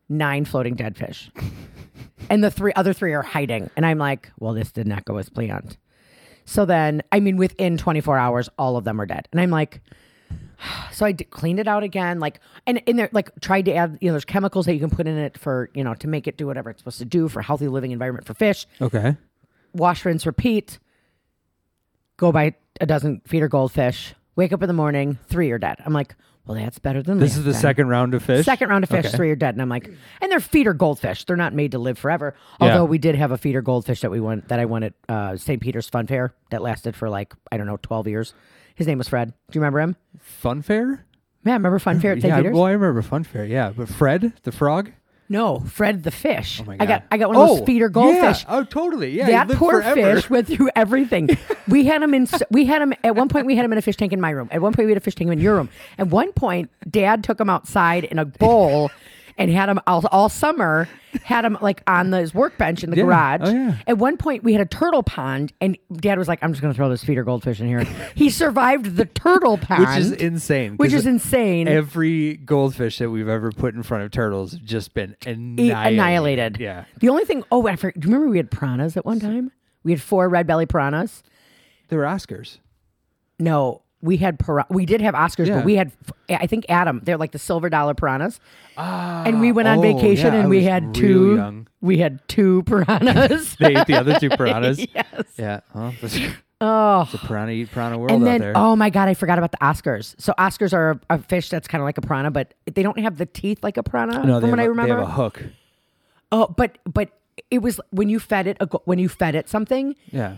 E: nine floating dead fish. and the three other three are hiding. And I'm like, well, this did not go as planned. So then, I mean, within 24 hours, all of them are dead. And I'm like, so I d- cleaned it out again, like, and in there, like, tried to add, you know, there's chemicals that you can put in it for, you know, to make it do whatever it's supposed to do for healthy living environment for fish.
D: Okay.
E: Wash, rinse, repeat. Go buy a dozen feeder goldfish. Wake up in the morning, three are dead. I'm like, well, that's better than
D: This is
E: last
D: the
E: time.
D: second round of fish.
E: Oh, Second round of fish, three are dead. And I'm like, and their feet are goldfish. They're not made to live forever. Although
D: Yeah.
E: we did have a feeder goldfish that we won that I won at uh, St. Peter's Fun Fair that lasted for like, I don't know, 12 years. His name was Fred. Do you remember him?
D: Fun fair.
E: Yeah, remember Fun Fair at St.
D: Yeah.
E: Peter's?
D: Well, I remember fun fair. Yeah, but Fred the frog.
E: No, Fred the fish.
D: my
E: I got
D: God.
E: I got one of
D: Oh,
E: those feeder
D: yeah.
E: goldfish.
D: Oh, totally. Yeah. he
E: that
D: lived
E: poor
D: forever.
E: fish went through everything. we had him in. s- We had him at one point. We had him in a fish tank in my room. At one point, we had a fish tank in your room. At one point, Dad took him outside in a bowl. And had him all, all summer, had him like on his workbench in the
D: Yeah.
E: garage.
D: Oh, yeah.
E: At one point, we had a turtle pond, and Dad was like, "I'm just going to throw this feeder goldfish in here." he survived the turtle pond,
D: Which is insane.
E: Which
D: 'cause
E: is insane. e-
D: Every goldfish that we've ever put in front of turtles have just been
E: e-
D: annihilated.
E: annihilated.
D: Yeah.
E: The only thing, oh, I forgot, do you remember we had piranhas at one time? We had four red belly piranhas.
D: They were Oscars.
E: No, we had piran- We did have Oscars,
D: Yeah.
E: but we had, I think Adam. They're like the silver dollar piranhas. and we went on
D: oh,
E: vacation,
D: yeah,
E: and
D: I
E: we
D: was
E: had
D: real
E: two.
D: young.
E: We had two piranhas.
D: They ate the other two piranhas.
E: yes.
D: Yeah. Well, that's-
E: Oh.
D: it's a piranha eat piranha world
E: And
D: out
E: then,
D: there.
E: oh my God, I forgot about the Oscars. So Oscars are a, a fish that's kind of like a piranha, but they don't have the teeth like a piranha.
D: no, they
E: from what
D: have,
E: I
D: a-
E: remember,
D: they have a hook.
E: oh, but but it was when you fed it a, go- when you fed it something,
D: Yeah.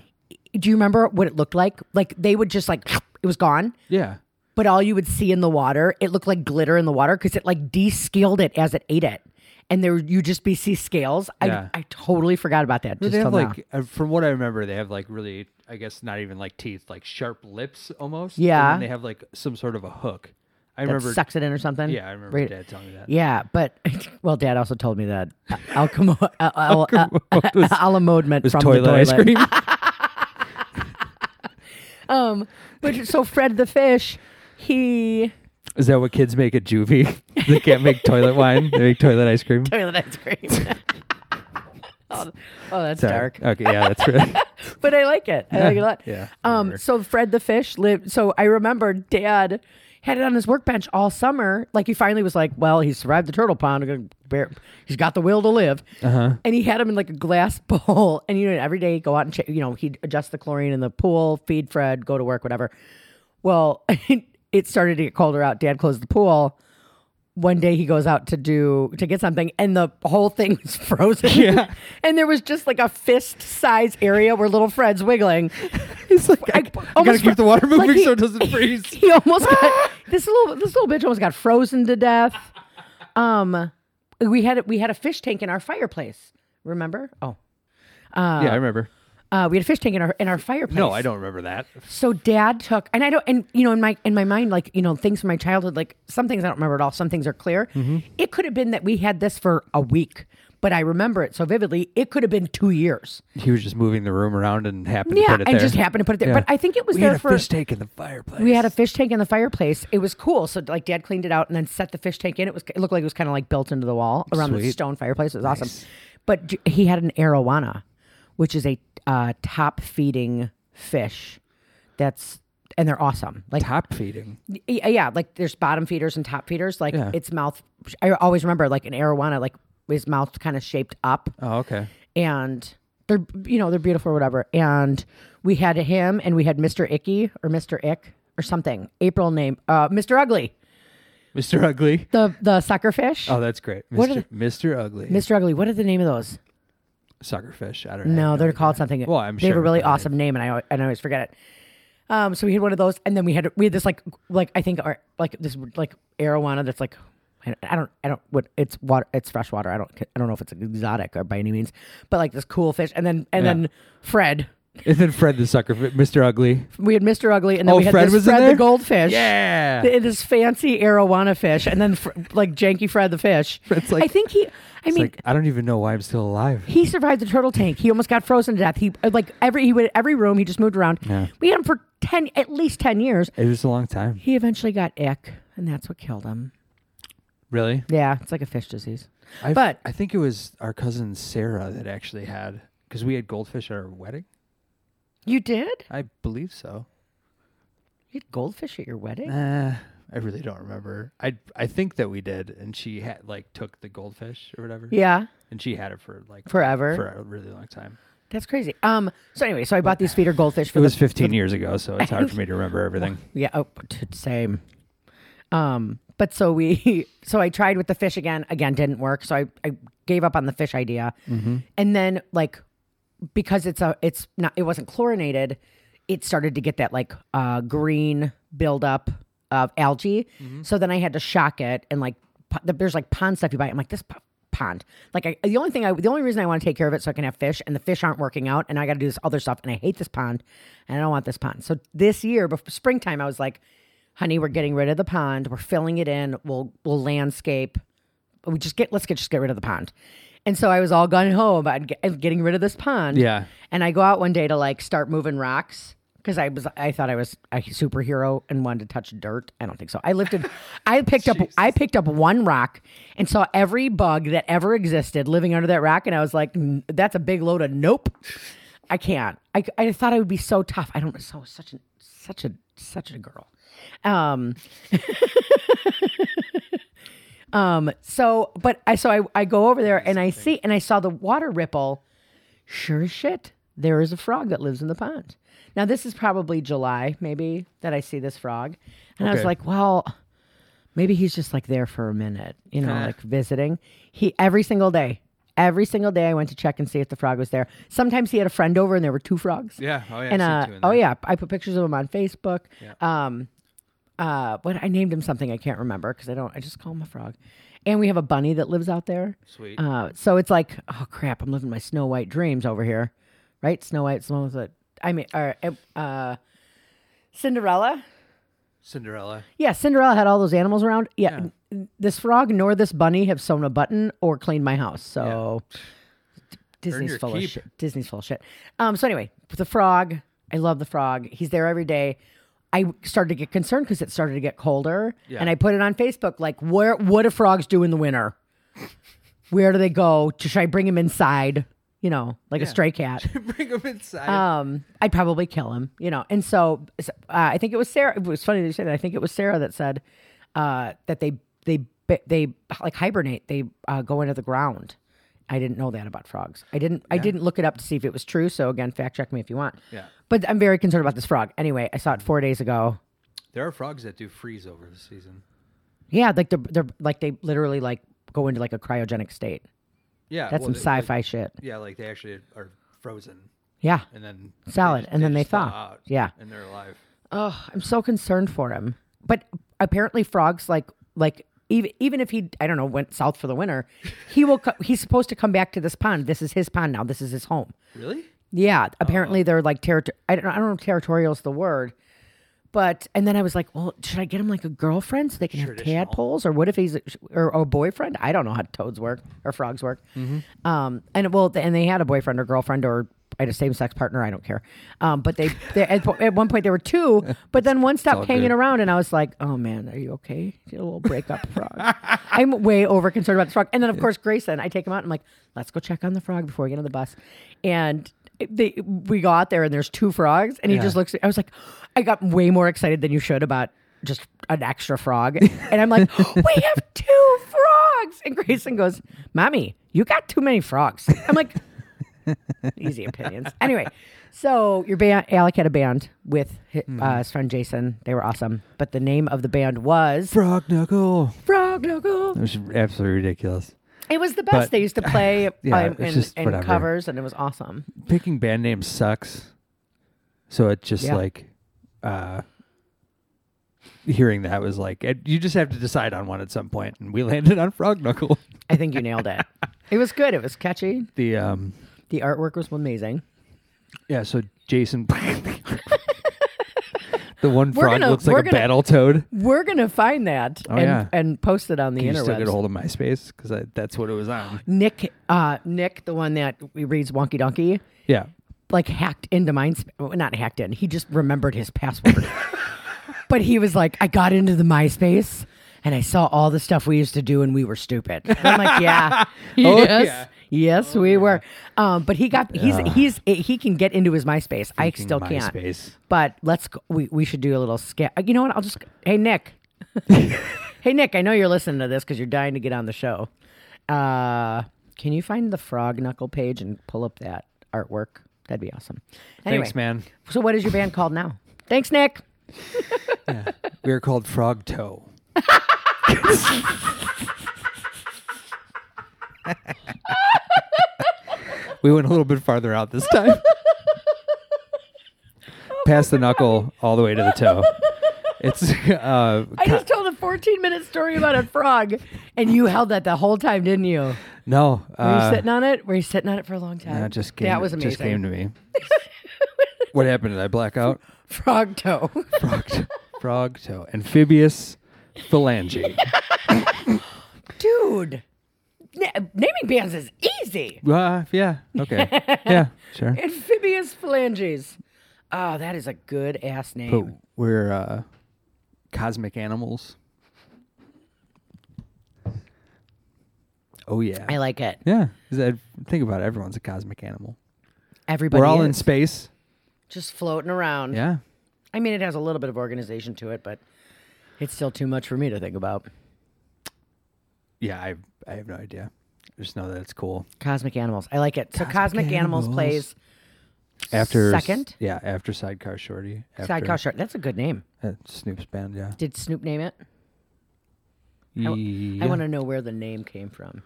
E: do you remember what it looked like? Like they would just like it was gone,
D: Yeah.
E: but all you would see in the water, it looked like glitter in the water because it like descaled it as it ate it, and there you just be see scales.
D: Yeah.
E: I I totally forgot about that. Just
D: they
E: till
D: have
E: now.
D: like, uh, from what I remember, they have like really, I guess not even like teeth, like sharp lips almost. and
E: Yeah.
D: then they have like some sort of a hook. I
E: That
D: remember.
E: sucks it in or something.
D: Yeah, I remember
E: Right.
D: Dad telling me that.
E: Yeah, but well, Dad also told me that Alcamo Al- Al- Al- Alamodement
D: It was
E: from
D: toilet,
E: the toilet
D: ice cream.
E: Um, but so Fred the fish, he
D: Is that what kids make at juvie? they can't make toilet wine. They make toilet ice cream.
E: toilet ice cream. oh, oh, that's
D: Sorry.
E: dark.
D: Okay, yeah, that's right.
E: but I like it. I like it a lot.
D: Yeah,
E: Um.
D: whatever.
E: So Fred the fish lived. So I remember Dad had it on his workbench all summer. Like he finally was like, "Well, he survived the turtle pond. I'm gonna bear- He's got the will to live." Uh-huh. And he had him in like a glass bowl. And you know, every day he'd go out and check. You know, he'd adjust the chlorine in the pool, feed Fred, go to work, whatever. Well, it started to get colder out. Dad closed the pool. One day he goes out to do to get something, and the whole thing was frozen.
D: Yeah.
E: and there was just like a fist size area where little Fred's wiggling.
D: It's like
E: I-
D: I, I gotta
E: almost
D: keep the water
E: fro-
D: moving
E: like he-
D: so it doesn't freeze.
E: He almost got this little this little bitch almost got frozen to death. Um, we had we had a fish tank in our fireplace. Remember? Oh,
D: yeah, I remember.
E: uh, we had a fish tank in our in our fireplace.
D: No, I don't remember that.
E: So dad took, and I don't, and you know, in my in my mind, like you know, things from my childhood, like some things I don't remember at all. Some things are clear.
D: Mm-hmm.
E: It could have been that we had this for a week, but I remember it so vividly. It could have been two years.
D: He was just moving the room around and happened to
E: yeah,
D: put it there.
E: and just happened to put it there.
D: Yeah.
E: But I think it was
D: we
E: there
D: had a
E: for
D: fish tank in the fireplace.
E: we had a fish tank in the fireplace. It was cool. So like dad cleaned it out and then set the fish tank in. It was it looked like it was kind of like built into the wall around the
D: Sweet.
E: stone fireplace. It was awesome. But j- he had an arowana, which is a uh, top feeding fish that's and they're awesome. Like
D: Top feeding.
E: Y- uh, yeah, like there's bottom feeders and top feeders. Like
D: Yeah.
E: its mouth, I always remember like an arowana, like his mouth kind of shaped up,
D: Oh, okay.
E: and they're you know they're beautiful or whatever. And we had him, and we had Mister Icky or Mister Ick or something. April name, uh, Mister Ugly,
D: Mr. Ugly.
E: the the sucker fish.
D: Oh, that's great.
E: What are
D: Mr. Mr. Ugly.
E: Mr. Ugly, what are the name of those?
D: Suckerfish. I don't know.
E: No, they're called something.
D: Well, I'm
E: they have a
D: sure,
E: really
D: but-
E: awesome name, and I al- and I always forget it. Um, so we had one of those, and then we had we had this like like I think our like this like arowana that's like I don't- I don't I don't what it's water it's fresh water I don't I don't know if it's exotic or by any means, but like this cool fish, and then and
D: Yeah.
E: then Fred.
D: And then Fred the Suckerfish. Mr. Ugly.
E: We had Mr. Ugly, and then
D: Oh,
E: we had
D: Fred
E: this
D: was in
E: Fred the
D: there?
E: goldfish.
D: Yeah.
E: Th- this fancy arowana fish, and then fr- like janky Fred the fish.
D: Fred's like-
E: I think he. I
D: It's
E: mean,
D: like, I don't even know why I'm still alive.
E: he survived the turtle tank. He almost got frozen to death. He uh, like every he would every room. He just moved around.
D: Yeah.
E: We had him for ten at least ten years.
D: It was a long time.
E: He eventually got ick, and that's what killed him.
D: Really?
E: Yeah, it's like a fish disease.
D: I,
E: But-
D: I think it was our cousin Sarah that actually had, because we had goldfish at our wedding.
E: You did?
D: I believe so.
E: You had goldfish at your wedding?
D: Uh, I really don't remember. I I think that we did, and she had like took the goldfish or whatever.
E: Yeah,
D: and she had it for like
E: Forever?
D: for a really long time.
E: that's crazy. Um. So anyway, so I bought these feeder goldfish. For
D: It was
E: the,
D: 15 years ago, so it's hard for me to remember everything.
E: Yeah. Oh, t- same. Um. But so we, so I tried with the fish again. Again, didn't work. So I, I gave up on the fish idea.
D: Mm-hmm.
E: And then like, because it's a, it's not, it wasn't chlorinated. It started to get that like uh, green buildup of algae. So then I had to shock it and like, po- there's like pond stuff you buy. I'm like this. po- Pond, like I, the only thing I, the only reason I want to take care of it so I can have fish, and the fish aren't working out, and I got to do this other stuff, and I hate this pond, and I don't want this pond. So this year, before springtime, I was like, honey, we're getting rid of the pond. We're filling it in. We'll we'll landscape. We just get let's get just get rid of the pond. And so I was all gun ho about get, getting rid of this pond.
D: Yeah.
E: And I go out one day to like start moving rocks because I was I thought I was a superhero and wanted to touch dirt. I don't think so. I lifted, I picked up I picked up one rock and saw every bug that ever existed living under that rock, and I was like, "Mm, that's a big load of nope. I can't. I, I thought I would be so tough. I don't. So such a such a such a girl. Um. um. So, but I so I I go over there and I see and I saw the water ripple. Sure as shit, there is a frog that lives in the pond. Now this is probably July, maybe that I see this frog, and I was
D: Okay.
E: like, well. Maybe he's just like there for a minute, you know, like visiting. He every single day, every single day, I went to check and see if the frog was there. Sometimes he had a friend over, and there were two frogs.
D: Yeah. Oh yeah.
E: and uh, oh yeah, I put pictures of him on Facebook. Um, uh, what I named him something I can't remember because I don't. I just call him a frog. And we have a bunny that lives out there.
D: Sweet.
E: Uh, so it's like, oh crap, I'm living my Snow White dreams over here, right? Snow White, Snow White. I mean, or, uh, Cinderella.
D: Cinderella.
E: Yeah, Cinderella had all those animals around. Yeah, n- this frog nor this bunny have sewn a button or cleaned my house. So D- Disney's
D: your
E: full
D: keep.
E: of shit. Disney's full of shit. Um. So anyway, the frog. I love the frog. He's there every day. I started to get concerned because it started to get colder,
D: Yeah.
E: and I put it on Facebook like, "Where? What do frogs do in the winter? Where do they go? Should I bring him inside? You know, like a stray cat."
D: Bring them inside.
E: um, I'd probably kill him, you know. And so uh, I think it was Sarah. It was funny that you said that. I think it was Sarah that said uh, that they they they like hibernate. They uh, go into the ground. I didn't know that about frogs. I didn't. I didn't look it up to see if it was true. So again, fact check me if you want.
D: Yeah.
E: But I'm very concerned about this frog. Anyway, I saw it four days ago.
D: there are frogs that do freeze over the season.
E: Yeah, like they're, they're like they literally like go into like a cryogenic state.
D: Yeah.
E: That's
D: well,
E: some
D: they- like-
E: sci-fi shit.
D: yeah, like they actually are frozen
E: Yeah,
D: and then
E: Solid,
D: just-
E: and then they
D: just
E: thaw.
D: out,
E: Yeah.
D: and they're alive.
E: Oh, I'm so concerned for him. But apparently, frogs like like even even if he I don't know went south for the winter, he will co- he's supposed to come back to this pond. This is his pond now. This is his home.
D: Really?
E: Yeah,
D: Uh-huh.
E: apparently they're like territory. I don't I don't know if territorial is the word, but and then I was like, well, should I get him like a girlfriend so they can have
D: Traditional.
E: tadpoles, or what if he's or, or a boyfriend? I don't know how toads work or frogs work.
D: Mm-hmm.
E: Um, and well, and they had a boyfriend or girlfriend or I had a same sex partner. I don't care. Um, but they, they at, po- at one point there were two, but then one stopped hanging
D: good.
E: around, and I was like, oh man, are you okay? Get a little breakup frog. I'm way over concerned about this frog. And then of course Grayson, I take him out. and I'm like, let's go check on the frog before we get on the bus, and they we got there and there's two frogs and he
D: Yeah.
E: just looks at I was like I got way more excited than you should about just an extra frog and I'm like we have two frogs and Grayson goes mommy you got too many frogs I'm like easy opinions anyway so your band Alec had a band with hi-
D: Mm-hmm.
E: uh, his friend Jason they were awesome but the name of the band was
D: Frog knuckle.
E: Frog Local
D: It was absolutely ridiculous.
E: it was the best
D: But-
E: they used to play
D: Yeah,
E: um,
D: it's
E: in,
D: just
E: in
D: whatever.
E: covers and it was awesome
D: Picking band names sucks. So it just
E: Yeah.
D: like, uh, hearing that was like, it, you just have to decide on one at some point, and we landed on Frog Knuckle.
E: I think you nailed it it was good it was catchy
D: The um,
E: The artwork was amazing.
D: yeah. So Jason, the one
E: We're
D: frog
E: gonna-
D: looks like
E: we're
D: a
E: gonna-
D: battle toad.
E: We're gonna find that
D: Oh,
E: and,
D: yeah.
E: and post it on the
D: Can you still get a
E: interwebs.
D: hold of MySpace because that's what it was on.
E: Nick, uh, Nick, the one that reads Wonky Donkey,
D: Yeah,
E: like hacked into MySpace. Well, not hacked in. He just remembered his password. but he was like, I got into the MySpace and I saw all the stuff we used to do and we were stupid. And I'm like, yeah, yes,
D: Oh, yeah.
E: yes, we were. Um, but he got he's he's he can get into his MySpace. I
D: Freaking
E: still can't.
D: MySpace.
E: But let's go, we we should do a little sketch. You know what? I'll just hey Nick, hey Nick. I know you're listening to this because you're dying to get on the show. Uh, can you find the frog knuckle page and pull up that artwork? That'd be awesome. Anyway,
D: thanks, man.
E: So what is your band called now? Thanks, Nick.
D: We were called Frog Toe. we went a little bit farther out this time. Past the knuckle, all the way to the toe. It's uh,
E: I just told a 14 minute story about a frog, and you held that the whole time, didn't you? Were
D: no.
E: you
D: uh,
E: sitting on it? Were you sitting on it for a long time?
D: no, it just came.
E: that was amazing.
D: Just came to me. what happened? Did I black out?
E: Frog toe.
D: Frog, toe. frog toe, amphibious phalange.
E: Dude, na- naming bands is easy.
D: Uh, yeah. Okay. Yeah. Sure.
E: Amphibious phalanges. Oh, that is a good ass name.
D: But we're uh, cosmic animals. Oh yeah,
E: I like it.
D: yeah. Is that, think about it. Everyone's a cosmic animal.
E: Everybody
D: we're all in
E: is
D: space.
E: just floating around.
D: Yeah,
E: I mean, it has a little bit of organization to it, but it's still too much for me to think about.
D: yeah. I I have no idea. I just know that it's cool.
E: Cosmic Animals. I like it. So Cosmic Animals,
D: Animals.
E: plays
D: After s-
E: Second?
D: yeah. After Sidecar Shorty. After,
E: Sidecar Short. That's a good name.
D: uh, Snoop's band. Yeah.
E: Did Snoop name it?
D: yeah.
E: I want to know where the name came from.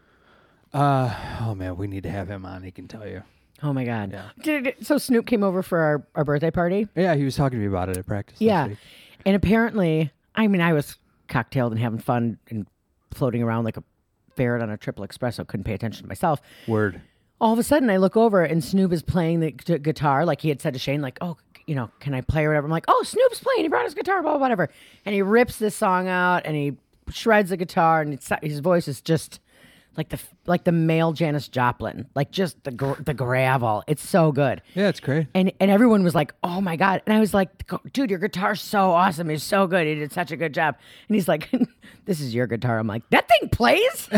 D: oh man, we need to have him on. He can tell you.
E: Oh my God. Did- so Snoop came over for our, our birthday party.
D: Yeah, he was talking to me about it at practice. last
E: Yeah.
D: week.
E: And apparently, I mean, I was cocktailed and having fun and floating around like a ferret on a triple espresso. Couldn't pay attention to myself.
D: Word.
E: All of a sudden, I look over and Snoop is playing the gu- guitar. Like he had said to Shane, like, oh, you know, can I play or whatever? I'm like, oh, Snoop's playing. He brought his guitar, blah, blah, whatever. And he rips this song out and he shreds the guitar and it's, his voice is just like the like the male Janis Joplin, like just the gr- the gravel. It's so good
D: Yeah, it's great.
E: and and everyone was like, "Oh my god!" And I was like, "Dude, your guitar's so awesome! It's so good! You did such a good job!" And he's like, "This is your guitar." I'm like, "That thing plays."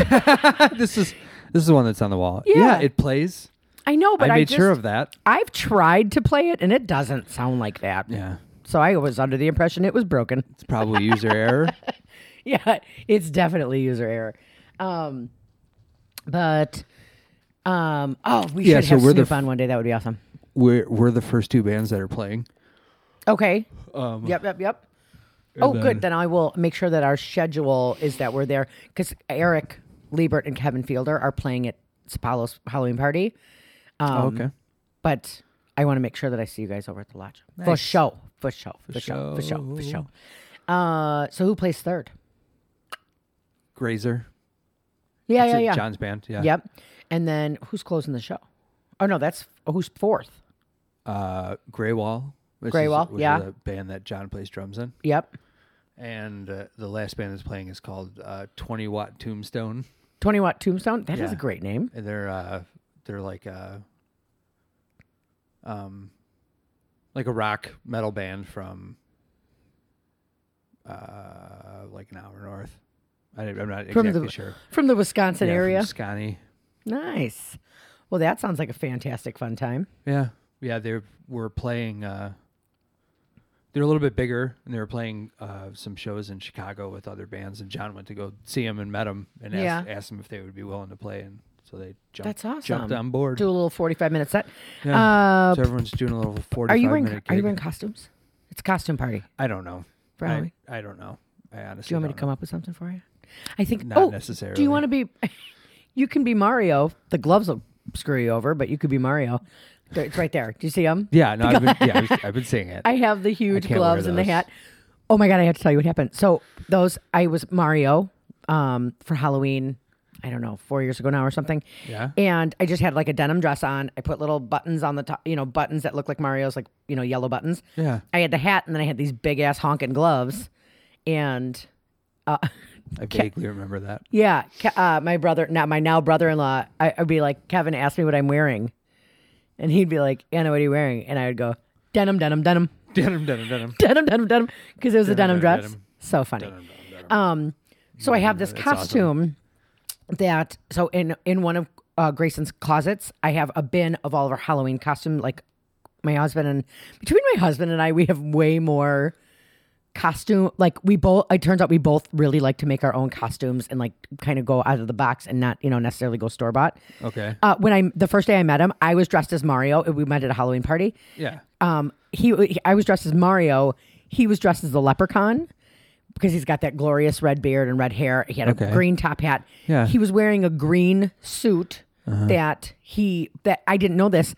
D: this is this is the one that's on the wall.
E: Yeah.
D: it plays.
E: I know, but
D: I
E: I,
D: made
E: just,
D: sure of that.
E: I've tried to play it, and it doesn't sound like that.
D: Yeah.
E: So I was under the impression it was broken.
D: It's probably user error.
E: yeah, it's definitely user error. Um, but um, oh, we
D: Yeah,
E: should
D: so
E: have
D: we're the
E: Snoop on one day. That would be awesome.
D: We're we're the first two bands that are playing.
E: Okay.
D: Um,
E: yep, yep, yep. Oh, good. Then I will make sure that our schedule is that we're there because Eric Liebert and Kevin Fielder are playing at Sapalo's Halloween party.
D: Oh, okay.
E: But I want to make sure that I see you guys over at the lodge for show, for show, for, show, for show, for show. Uh, so who plays third?
D: Grazer.
E: Yeah,
D: It's
E: yeah,
D: a-
E: yeah.
D: John's band. Yeah.
E: Yep. And then who's closing the show? Oh no, that's who's fourth.
D: Uh, Graywall. which is-
E: Graywall,
D: which is
E: yeah.
D: a band that John plays drums in,
E: Yep.
D: and uh, the last band that's playing is called uh, Twenty Watt Tombstone,
E: Twenty Watt Tombstone. That is a
D: Yeah.
E: great name.
D: and they're uh, they're like a um, like a rock metal band from uh, like an hour north. I, I'm not
E: From
D: exactly
E: the-
D: sure.
E: From the Wisconsin
D: Yeah, from
E: area.
D: Scotty.
E: Nice. Well, that sounds like a fantastic fun time.
D: Yeah. yeah, they were playing. Uh, they're a little bit bigger, and they were playing uh, some shows in Chicago with other bands. And John went to go see them and met them and asked,
E: Yeah.
D: asked them if they would be willing to play. And so they jumped.
E: That's awesome.
D: Jumped on board.
E: Do a little forty-five minute set.
D: Yeah.
E: Uh,
D: so everyone's doing a little forty-five
E: are you wearing
D: minute.
E: Are you
D: gig.
E: wearing costumes? It's a costume party.
D: I don't know.
E: Probably.
D: I, I don't know. I honestly.
E: Do you want me
D: don't
E: to come
D: know.
E: up with something for you? I think
D: Not
E: oh, Do
D: necessarily.
E: you want to be? You can be Mario. The gloves will screw you over, but you could be Mario. There- It's right there. Do you see them?
D: Yeah, no, I've been, yeah, I've been- I've been seeing it.
E: I have the huge
D: can't wear
E: gloves and the
D: those.
E: hat. Oh my god, I have to tell you what happened. So those I was Mario um, for Halloween. I don't know, four years ago now or something.
D: Yeah.
E: And I just had like a denim dress on. I put little buttons on the top, you know, buttons that look like Mario's, like you know, yellow buttons.
D: Yeah.
E: I had the hat, and then I had these big ass honking gloves, and
D: I vaguely remember that.
E: yeah, Ke- uh, my brother, now my now brother-in-law, I, I'd be like, Kevin, ask me what I'm wearing, and he'd be like, Anna, what are you wearing? And I would go, denim, denim, denim,
D: Denim, denim, denim.
E: denim, denim, denim, because it was a denim,
D: Denim, denim,
E: dress.
D: denim. Mm,
E: So funny. Um, so I have this costume that so in in one of uh, Grayson's closets, I have a bin of all of our Halloween costume. Like my husband and between my husband and I, we have way more costume like we both it turns out we both really like to make our own costumes and like kind of go out of the box and not you know necessarily go store bought
D: Okay.
E: uh when i the first day i met him i was dressed as mario we met at a halloween party
D: Yeah.
E: um he, he- i was dressed as mario he was dressed as the leprechaun because he's got that glorious red beard and red hair he had
D: Okay.
E: a green top hat
D: Yeah. Uh-huh.
E: he was wearing a green suit that he that i didn't know this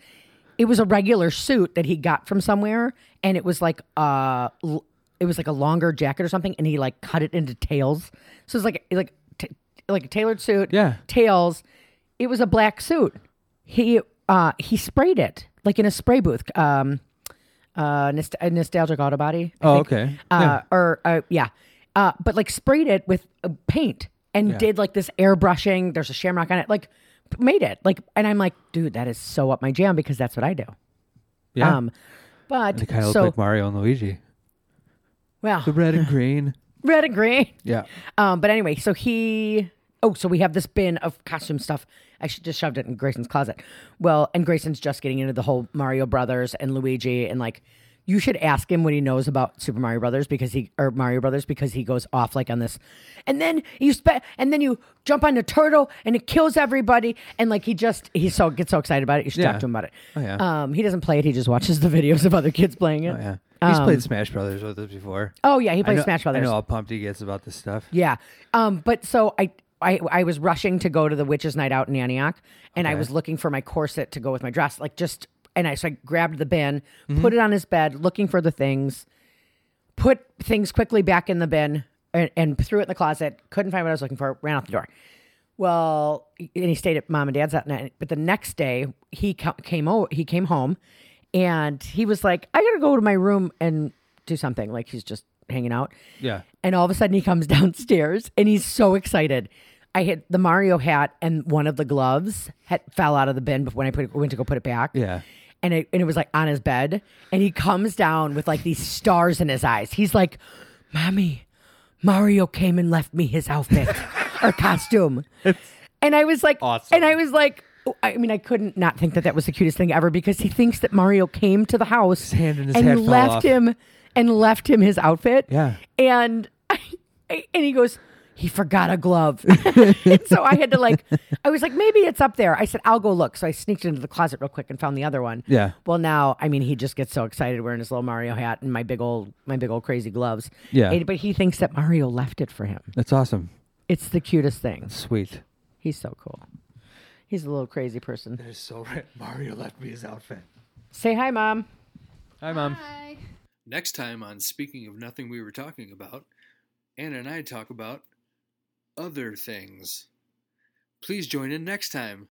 E: it was a regular suit that he got from somewhere and it was like uh l- it was like a longer jacket or something and he like cut it into tails so it's like like t- like a tailored suit
D: Yeah.
E: tails it was a black suit he uh he sprayed it like in a spray booth um uh, nost- a nostalgic auto body. I
D: Oh,
E: think.
D: okay.
E: Uh,
D: Yeah.
E: Or uh, yeah, uh, but like sprayed it with uh, paint and did like this airbrushing. There's a shamrock on it. Like made it like, and I'm like, dude, that is so up my jam because that's what I do.
D: Yeah.
E: Um, but
D: they kind of
E: so
D: look like Mario and Luigi. The
E: well,
D: red and green.
E: red and green.
D: Yeah.
E: Um, but anyway, so he. Oh, so we have this bin of costume stuff. I should just shoved it in Grayson's closet. Well, and Grayson's just getting into the whole Mario Brothers and Luigi and like you should ask him what he knows about Super Mario Brothers because he or Mario Brothers because he goes off like on this. And then you spe- and then you jump on the turtle and it kills everybody and like he just he so gets so excited about it. You should
D: Yeah.
E: talk to him about it.
D: Oh, yeah.
E: Um he doesn't play it, he just watches the videos of other kids playing it.
D: Oh, yeah. He's played Smash Brothers with us before.
E: Um, Oh, yeah, he
D: I
E: plays
D: know-
E: Smash Brothers.
D: I know how pumped he gets about this stuff.
E: Yeah. Um, but so I, I I was rushing to go to the witches' night out in Antioch and I was looking for my corset to go with my dress, like just and I so I grabbed the bin, put it on his bed, looking for the things, put things quickly back in the bin and, and threw it in the closet, couldn't find what I was looking for, ran out the door. Well, and he stayed at mom and dad's that night. But the next day, he co- came over. He came home, and he was like, "I gotta go to my room and do something." Like he's just hanging out.
D: Yeah.
E: And all of a sudden he comes downstairs and he's so excited. I had the Mario hat and one of the gloves had fell out of the bin when I put it, went to go put it back.
D: Yeah.
E: And it, and it was like on his bed. And he comes down with like these stars in his eyes. He's like, Mommy, Mario came and left me his outfit or costume. and I was like,
D: Awesome.
E: And I was like, oh, I mean, I couldn't not think that that was the cutest thing ever because he thinks that Mario came to the house
D: hand and his hat fell
E: left
D: off.
E: him and left him his outfit.
D: Yeah.
E: And I, I- and he goes, he forgot a glove. And so I had to like, I was like, maybe it's up there. I said, I'll go look. So I sneaked into the closet real quick and found the other one.
D: Yeah.
E: Well, now I mean, he just gets so excited wearing his little Mario hat and my big old my big old crazy gloves.
D: Yeah.
E: And- but he thinks that Mario left it for him.
D: That's awesome.
E: It's the cutest thing.
D: Sweet.
E: He's so cool. He's a little crazy person.
D: That is so right. Mario left me his outfit.
E: Say hi, mom.
D: Hi, Mom.
A: Next time on Speaking of Nothing We Were Talking About, Anna and I talk about other things. Please join in next time